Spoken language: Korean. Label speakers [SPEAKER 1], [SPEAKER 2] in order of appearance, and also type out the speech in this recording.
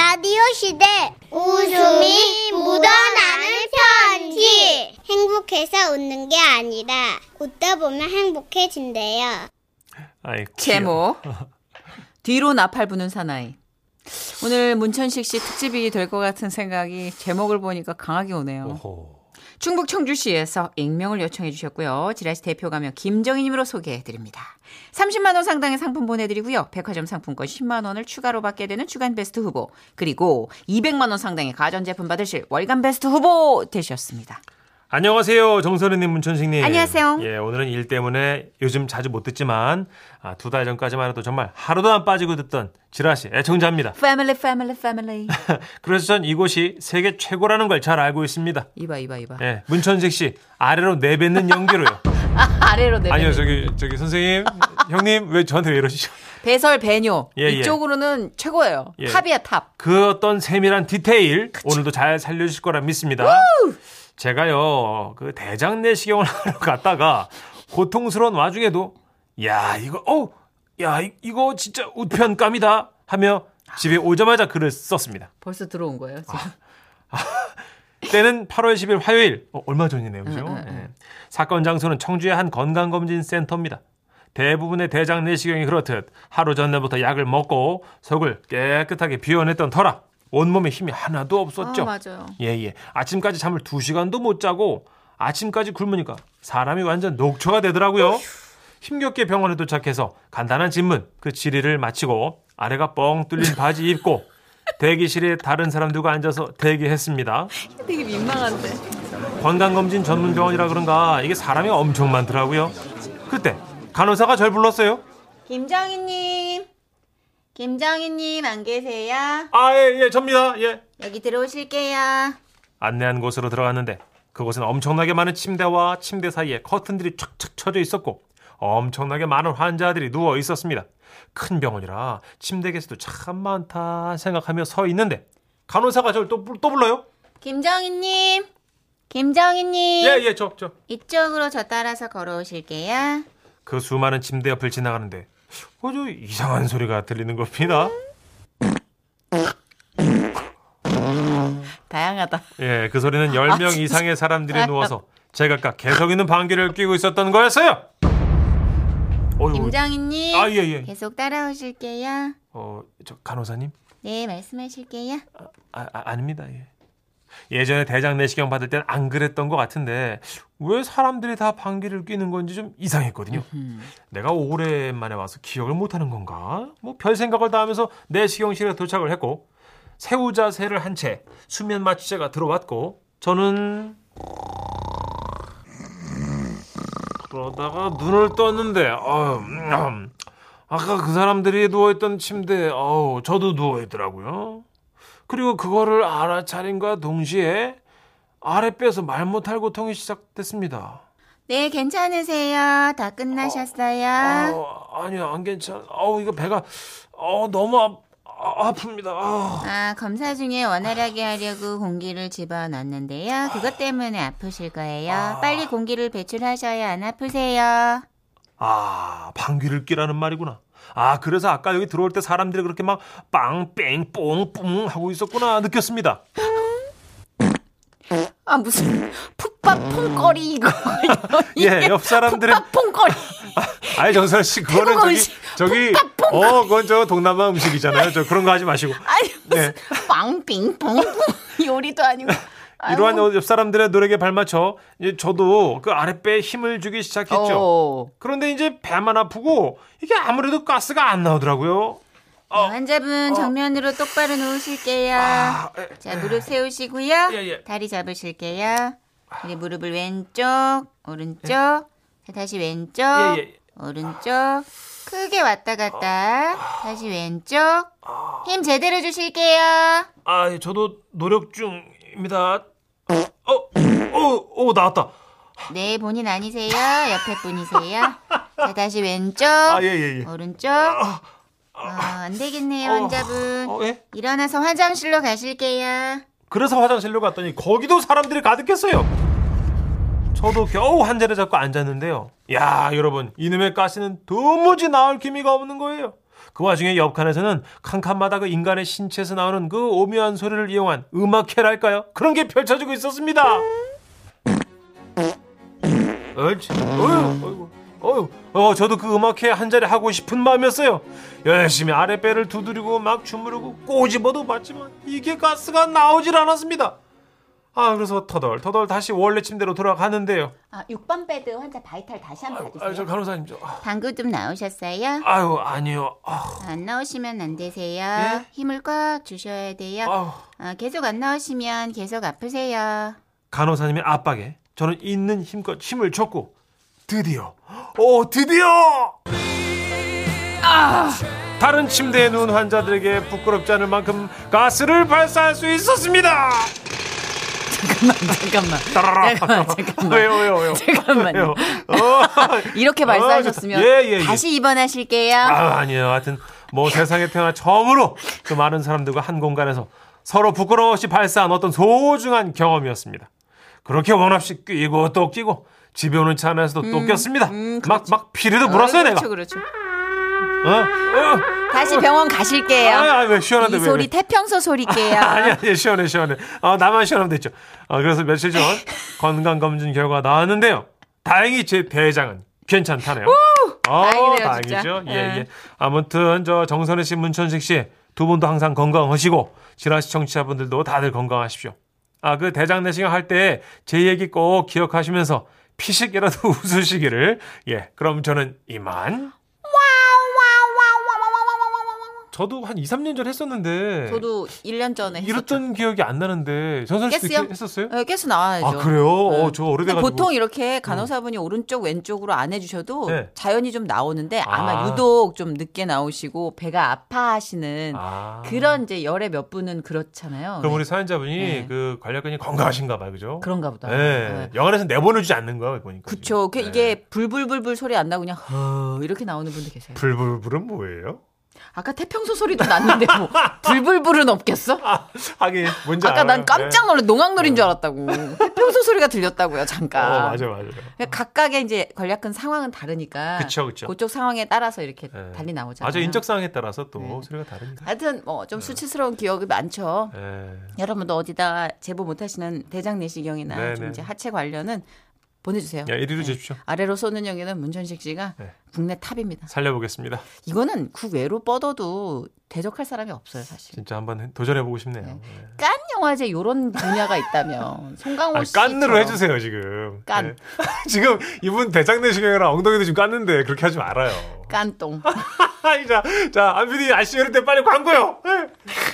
[SPEAKER 1] 소녀시대 웃음이 묻어나는 편지 행복해서 웃는 게 아니라 웃다 보면 행복해진대요.
[SPEAKER 2] 아이, 귀여워.
[SPEAKER 3] 제목 뒤로 나팔 부는 사나이 오늘 문천식 씨 특집이 될 것 같은 생각이 제목을 보니까 강하게 오네요.
[SPEAKER 2] 오호.
[SPEAKER 3] 충북 청주시에서 익명을 요청해 주셨고요. 지라시 대표 가면 김정희님으로 소개해 드립니다. 30만 원 상당의 상품 보내드리고요. 백화점 상품권 10만 원을 추가로 받게 되는 주간 베스트 후보 그리고 200만 원 상당의 가전제품 받으실 월간 베스트 후보 되셨습니다.
[SPEAKER 2] 안녕하세요, 정선우님, 문천식님.
[SPEAKER 3] 안녕하세요.
[SPEAKER 2] 예, 오늘은 일 때문에 요즘 자주 못 듣지만 아, 두 달 전까지만 해도 정말 하루도 안 빠지고 듣던 지라시 애청자입니다.
[SPEAKER 3] 패밀리 패밀리 패밀리
[SPEAKER 2] 그래서 전 이곳이 세계 최고라는 걸 잘 알고 있습니다.
[SPEAKER 3] 이봐 이봐 이봐
[SPEAKER 2] 예, 문천식 씨 아래로 내뱉는 연기로요.
[SPEAKER 3] 아래로 내려
[SPEAKER 2] 아니요, 저기 저기 선생님, 형님 왜 저한테 왜 이러시죠?
[SPEAKER 3] 배설 배뇨
[SPEAKER 2] 예, 예.
[SPEAKER 3] 이쪽으로는 최고예요.
[SPEAKER 2] 예.
[SPEAKER 3] 탑이야 탑.
[SPEAKER 2] 그 어떤 세밀한 디테일 오늘도 잘 살려주실 거라 믿습니다. 제가요 그 대장 내시경을 하러 갔다가 고통스러운 와중에도 야 이거 어야 이거 진짜 우편감이다 하며 집에 오자마자 글을 썼습니다.
[SPEAKER 3] 벌써 들어온 거예요. 지금.
[SPEAKER 2] 때는 8월 10일 화요일 어, 얼마 전이네요, 그죠?
[SPEAKER 3] 응, 응, 응.
[SPEAKER 2] 예. 사건 장소는 청주의 한 건강검진 센터입니다. 대부분의 대장 내시경이 그렇듯 하루 전날부터 약을 먹고 속을 깨끗하게 비워냈던 터라 온몸에 힘이 하나도 없었죠.
[SPEAKER 3] 아, 맞아요.
[SPEAKER 2] 예예. 아침까지 잠을 두 시간도 못 자고 아침까지 굶으니까 사람이 완전 녹초가 되더라고요. 힘겹게 병원에 도착해서 간단한 질문 그 질의를 마치고 아래가 뻥 뚫린 바지 입고 대기실에 다른 사람들과 앉아서 대기했습니다.
[SPEAKER 3] 되게 민망한데.
[SPEAKER 2] 건강검진 전문병원이라 그런가 이게 사람이 엄청 많더라고요. 그때 간호사가 절 불렀어요.
[SPEAKER 3] 김정희님, 김정희님 안 계세요?
[SPEAKER 2] 아예예 접니다. 예.
[SPEAKER 3] 여기 들어오실게요.
[SPEAKER 2] 안내한 곳으로 들어갔는데 그곳은 엄청나게 많은 침대와 침대 사이에 커튼들이 척척 쳐져 있었고 엄청나게 많은 환자들이 누워 있었습니다. 큰 병원이라 침대 개수도 참 많다 생각하며 서 있는데 간호사가 저를 또, 불- 또 불러요.
[SPEAKER 3] 김정희님, 김정희님
[SPEAKER 2] 예예 저 저.
[SPEAKER 3] 이쪽으로 저 따라서 걸어오실게요.
[SPEAKER 2] 그 수많은 침대 옆을 지나가는데 아주 이상한 소리가 들리는 겁니다.
[SPEAKER 3] 다양하다.
[SPEAKER 2] 예, 그 소리는 10명
[SPEAKER 3] 아, 진짜.
[SPEAKER 2] 이상의 사람들이 누워서 제각각 개성 있는 방귀를 뀌고 있었던 거였어요. 어유.
[SPEAKER 3] 김정희님,
[SPEAKER 2] 아, 예, 예.
[SPEAKER 3] 계속 따라오실게요.
[SPEAKER 2] 어, 저 간호사님?
[SPEAKER 3] 네, 말씀하실게요.
[SPEAKER 2] 아, 아 아닙니다. 예. 예전에 대장 내시경 받을 땐 안 그랬던 것 같은데 왜 사람들이 다 방귀를 뀌는 건지 좀 이상했거든요. 내가 오랜만에 와서 기억을 못하는 건가? 뭐 별 생각을 다 하면서 내시경실에 도착을 했고 새우 자세를 한 채 수면 마취제가 들어왔고 저는 그러다가 눈을 떴는데 어, 음, 아까 그 사람들이 누워있던 침대에 어우, 저도 누워있더라고요. 그리고 그거를 알아차린과 동시에 아랫배에서 말 못할 고통이 시작됐습니다.
[SPEAKER 3] 네, 괜찮으세요. 다 끝나셨어요.
[SPEAKER 2] 아, 아니요, 안 괜찮. 아우 이거 배가 어 너무 아, 아, 아픕니다. 아.
[SPEAKER 3] 아, 검사 중에 원활하게 하려고 공기를 집어넣었는데요. 그것 때문에 아프실 거예요. 빨리 공기를 배출하셔야 안 아프세요.
[SPEAKER 2] 아, 방귀를 뀌라는 말이구나. 아, 그래서 아까 여기 들어올 때 사람들이 그렇게 막 빵, 뺑, 뽕, 뿡 하고 있었구나 느꼈습니다.
[SPEAKER 3] 아, 무슨 풋밥퐁거리 이거.
[SPEAKER 2] 예, 옆 사람들은
[SPEAKER 3] 풋밥퐁거리.
[SPEAKER 2] 아니 정선 씨 그거는
[SPEAKER 3] 태국
[SPEAKER 2] 저기
[SPEAKER 3] 음식,
[SPEAKER 2] 저기 어, 그건 저 동남아 음식이잖아요. 저 그런 거 하지 마시고.
[SPEAKER 3] 아니,
[SPEAKER 2] 무슨
[SPEAKER 3] 빵빙뽕 요리도 아니고. 뭐.
[SPEAKER 2] 이러한 옆 사람들의 노력에 발맞춰 이제 저도 그 아랫배에 힘을 주기 시작했죠.
[SPEAKER 3] 어.
[SPEAKER 2] 그런데 이제 배만 아프고 이게 아무래도 가스가 안 나오더라고요.
[SPEAKER 3] 환자분 정면으로 똑바로 누우실게요.
[SPEAKER 2] 어. 아, 에,
[SPEAKER 3] 자, 무릎 세우시고요.
[SPEAKER 2] 예, 예.
[SPEAKER 3] 다리 잡으실게요. 그리고 무릎을 왼쪽, 오른쪽. 자, 다시 왼쪽,
[SPEAKER 2] 예, 예.
[SPEAKER 3] 오른쪽. 크게 왔다 갔다. 다시 왼쪽. 힘 제대로 주실게요.
[SPEAKER 2] 아, 예, 저도 노력 중입니다. 어, 어, 어, 나왔다.
[SPEAKER 3] 네, 본인 아니세요. 옆에 분이세요. 자, 다시 왼쪽,
[SPEAKER 2] 예, 예, 예.
[SPEAKER 3] 오른쪽. 어, 안 되겠네요, 환자분.
[SPEAKER 2] 어, 예?
[SPEAKER 3] 일어나서 화장실로 가실게요.
[SPEAKER 2] 그래서 화장실로 갔더니 거기도 사람들이 가득했어요. 저도 겨우 한 자리 잡고 앉았는데요. 야, 여러분, 이놈의 가스는 도무지 나을 기미가 없는 거예요. 그 와중에 옆칸에서는 칸칸마다 그 인간의 신체에서 나오는 그 오묘한 소리를 이용한 음악회랄까요? 그런 게 펼쳐지고 있었습니다. 얼치, 어휴, 어이구. 어휴, 어, 저도 그 음악회 한 자리 하고 싶은 마음이었어요. 열심히 아랫배를 두드리고 막 주무르고 꼬집어도 봤지만 이게 가스가 나오질 않았습니다. 아, 그래서 터덜 터덜 다시 원래 침대로 돌아가는데요.
[SPEAKER 3] 아, 6번 베드 환자 바이탈 다시 한번
[SPEAKER 2] 아, 저
[SPEAKER 3] 봐주세요.
[SPEAKER 2] 간호사님 저 아,
[SPEAKER 3] 방구 좀 나오셨어요?
[SPEAKER 2] 아유 아니요. 아,
[SPEAKER 3] 안 나오시면 안 되세요.
[SPEAKER 2] 예?
[SPEAKER 3] 힘을 꽉 주셔야 돼요.
[SPEAKER 2] 아유.
[SPEAKER 3] 아, 계속 안 나오시면 계속 아프세요.
[SPEAKER 2] 간호사님의 압박에 저는 있는 힘껏 힘을 줬고 드디어 오 드디어 아! 다른 침대에 누운 환자들에게 부끄럽지 않을 만큼 가스를 발사할 수 있었습니다.
[SPEAKER 4] 잠깐만.
[SPEAKER 2] 따라라.
[SPEAKER 4] 네, 아, 잠깐만, 잠깐만.
[SPEAKER 2] 왜요 왜요 왜요.
[SPEAKER 4] 잠깐만요.
[SPEAKER 2] 어.
[SPEAKER 4] 이렇게 발사하셨으면
[SPEAKER 2] 아, 예, 예, 예.
[SPEAKER 4] 다시 입원하실게요.
[SPEAKER 2] 아, 아니에요. 하여튼 뭐 세상에 태어나 처음으로 그 많은 사람들과 한 공간에서 서로 부끄러움 없이 발사한 어떤 소중한 경험이었습니다. 그렇게 원없이 끼고 또 끼고 집에 오는 차 안에서도 또
[SPEAKER 4] 음,
[SPEAKER 2] 꼈습니다. 막, 막 피리도 불었어요, 내가.
[SPEAKER 4] 그렇죠, 그렇죠.
[SPEAKER 2] 어? 어?
[SPEAKER 4] 다시 병원 가실게요.
[SPEAKER 2] 아, 아, 왜 시원한데,
[SPEAKER 4] 이
[SPEAKER 2] 왜.
[SPEAKER 4] 소리
[SPEAKER 2] 왜.
[SPEAKER 4] 태평소 소리게요.
[SPEAKER 2] 아니, 아니, 시원해, 시원해. 아, 나만 시원하면 됐죠. 아, 그래서 며칠 전 건강검진 결과가 나왔는데요. 다행히 제 대장은 괜찮다네요. 어,
[SPEAKER 4] 다행이네요, 진짜.
[SPEAKER 2] 다행이죠. 예,
[SPEAKER 4] 예.
[SPEAKER 2] 예. 아무튼, 저 정선혜 씨, 문천식 씨, 두 분도 항상 건강하시고, 지라 씨 청취자분들도 다들 건강하십시오. 아, 그 대장 내시경 할 때 제 얘기 꼭 기억하시면서 피식이라도 웃으시기를. 예, 그럼 저는 이만. 저도 한 2, 3년 전 했었는데.
[SPEAKER 4] 저도 1년 전에 했었죠.
[SPEAKER 2] 이랬던 기억이 안 나는데 전선 씨도
[SPEAKER 4] 네, 깼어요?
[SPEAKER 2] 이렇게 했었어요?
[SPEAKER 4] 네, 깨서 나와야죠.
[SPEAKER 2] 아 그래요? 어, 저 오래돼가지고
[SPEAKER 4] 보통 이렇게 간호사분이 오른쪽 왼쪽으로 안 해주셔도
[SPEAKER 2] 네.
[SPEAKER 4] 자연이 좀 나오는데 아마
[SPEAKER 2] 아.
[SPEAKER 4] 유독 좀 늦게 나오시고 배가 아파하시는
[SPEAKER 2] 아.
[SPEAKER 4] 그런 이제 열의 몇 분은 그렇잖아요.
[SPEAKER 2] 그럼 우리 사연자분이
[SPEAKER 4] 네.
[SPEAKER 2] 그 관략근이 건강하신가 봐요, 그죠?
[SPEAKER 4] 런가 보다.
[SPEAKER 2] 네. 영안에서 내보내주지 않는 거야 보니까.
[SPEAKER 4] 그쵸. 그
[SPEAKER 2] 지금. 네.
[SPEAKER 4] 이게 불불불불 소리 안 나고 그냥 허 이렇게 나오는 분들 계세요.
[SPEAKER 2] 불불불은 뭐예요?
[SPEAKER 4] 아까 태평소 소리도 났는데 뭐 불불불은 없겠어?
[SPEAKER 2] 아, 하긴 뭔지
[SPEAKER 4] 아까
[SPEAKER 2] 알아요. 네. 어,
[SPEAKER 4] 난 깜짝 놀래 농악놀인 줄 알았다고. 태평소 소리가 들렸다고요.
[SPEAKER 2] 네.
[SPEAKER 4] 잠깐.
[SPEAKER 2] 어, 맞아 맞아.
[SPEAKER 4] 그러니까 각각의 이제 권력근 상황은 다르니까
[SPEAKER 2] 그쵸, 그쵸.
[SPEAKER 4] 쪽 상황에 따라서 이렇게
[SPEAKER 2] 네.
[SPEAKER 4] 달리 나오잖아요.
[SPEAKER 2] 맞아 인적 상황에 따라서 또
[SPEAKER 4] 네.
[SPEAKER 2] 소리가 다르니까.
[SPEAKER 4] 하여튼 뭐 좀 수치스러운 기억이 많죠.
[SPEAKER 2] 네.
[SPEAKER 4] 여러분도 어디다 제보 못하시는 대장 내시경이나
[SPEAKER 2] 네,
[SPEAKER 4] 좀
[SPEAKER 2] 네.
[SPEAKER 4] 이제 하체 관련은 보내주세요.
[SPEAKER 2] 야 이리로 주십시오.
[SPEAKER 4] 아래로 쏘는 영에는 문천식 씨가
[SPEAKER 2] 네.
[SPEAKER 4] 국내 탑입니다.
[SPEAKER 2] 살려보겠습니다.
[SPEAKER 4] 이거는 국외로 뻗어도 대적할 사람이 없어요, 사실.
[SPEAKER 2] 진짜 한번 도전해보고 싶네요.
[SPEAKER 4] 네.
[SPEAKER 2] 네.
[SPEAKER 4] 깐 영화제 요런 분야가 있다면 송강호
[SPEAKER 2] 아,
[SPEAKER 4] 씨.
[SPEAKER 2] 깐으로 해주세요 지금. 네.
[SPEAKER 4] 깐.
[SPEAKER 2] 지금 이분 대장 내시경이랑 엉덩이도 지금 깠는데 그렇게 하지 말아요.
[SPEAKER 4] 깐똥.
[SPEAKER 2] 자, 자, 안PD 아씨 이럴 때 빨리 광고요. 네.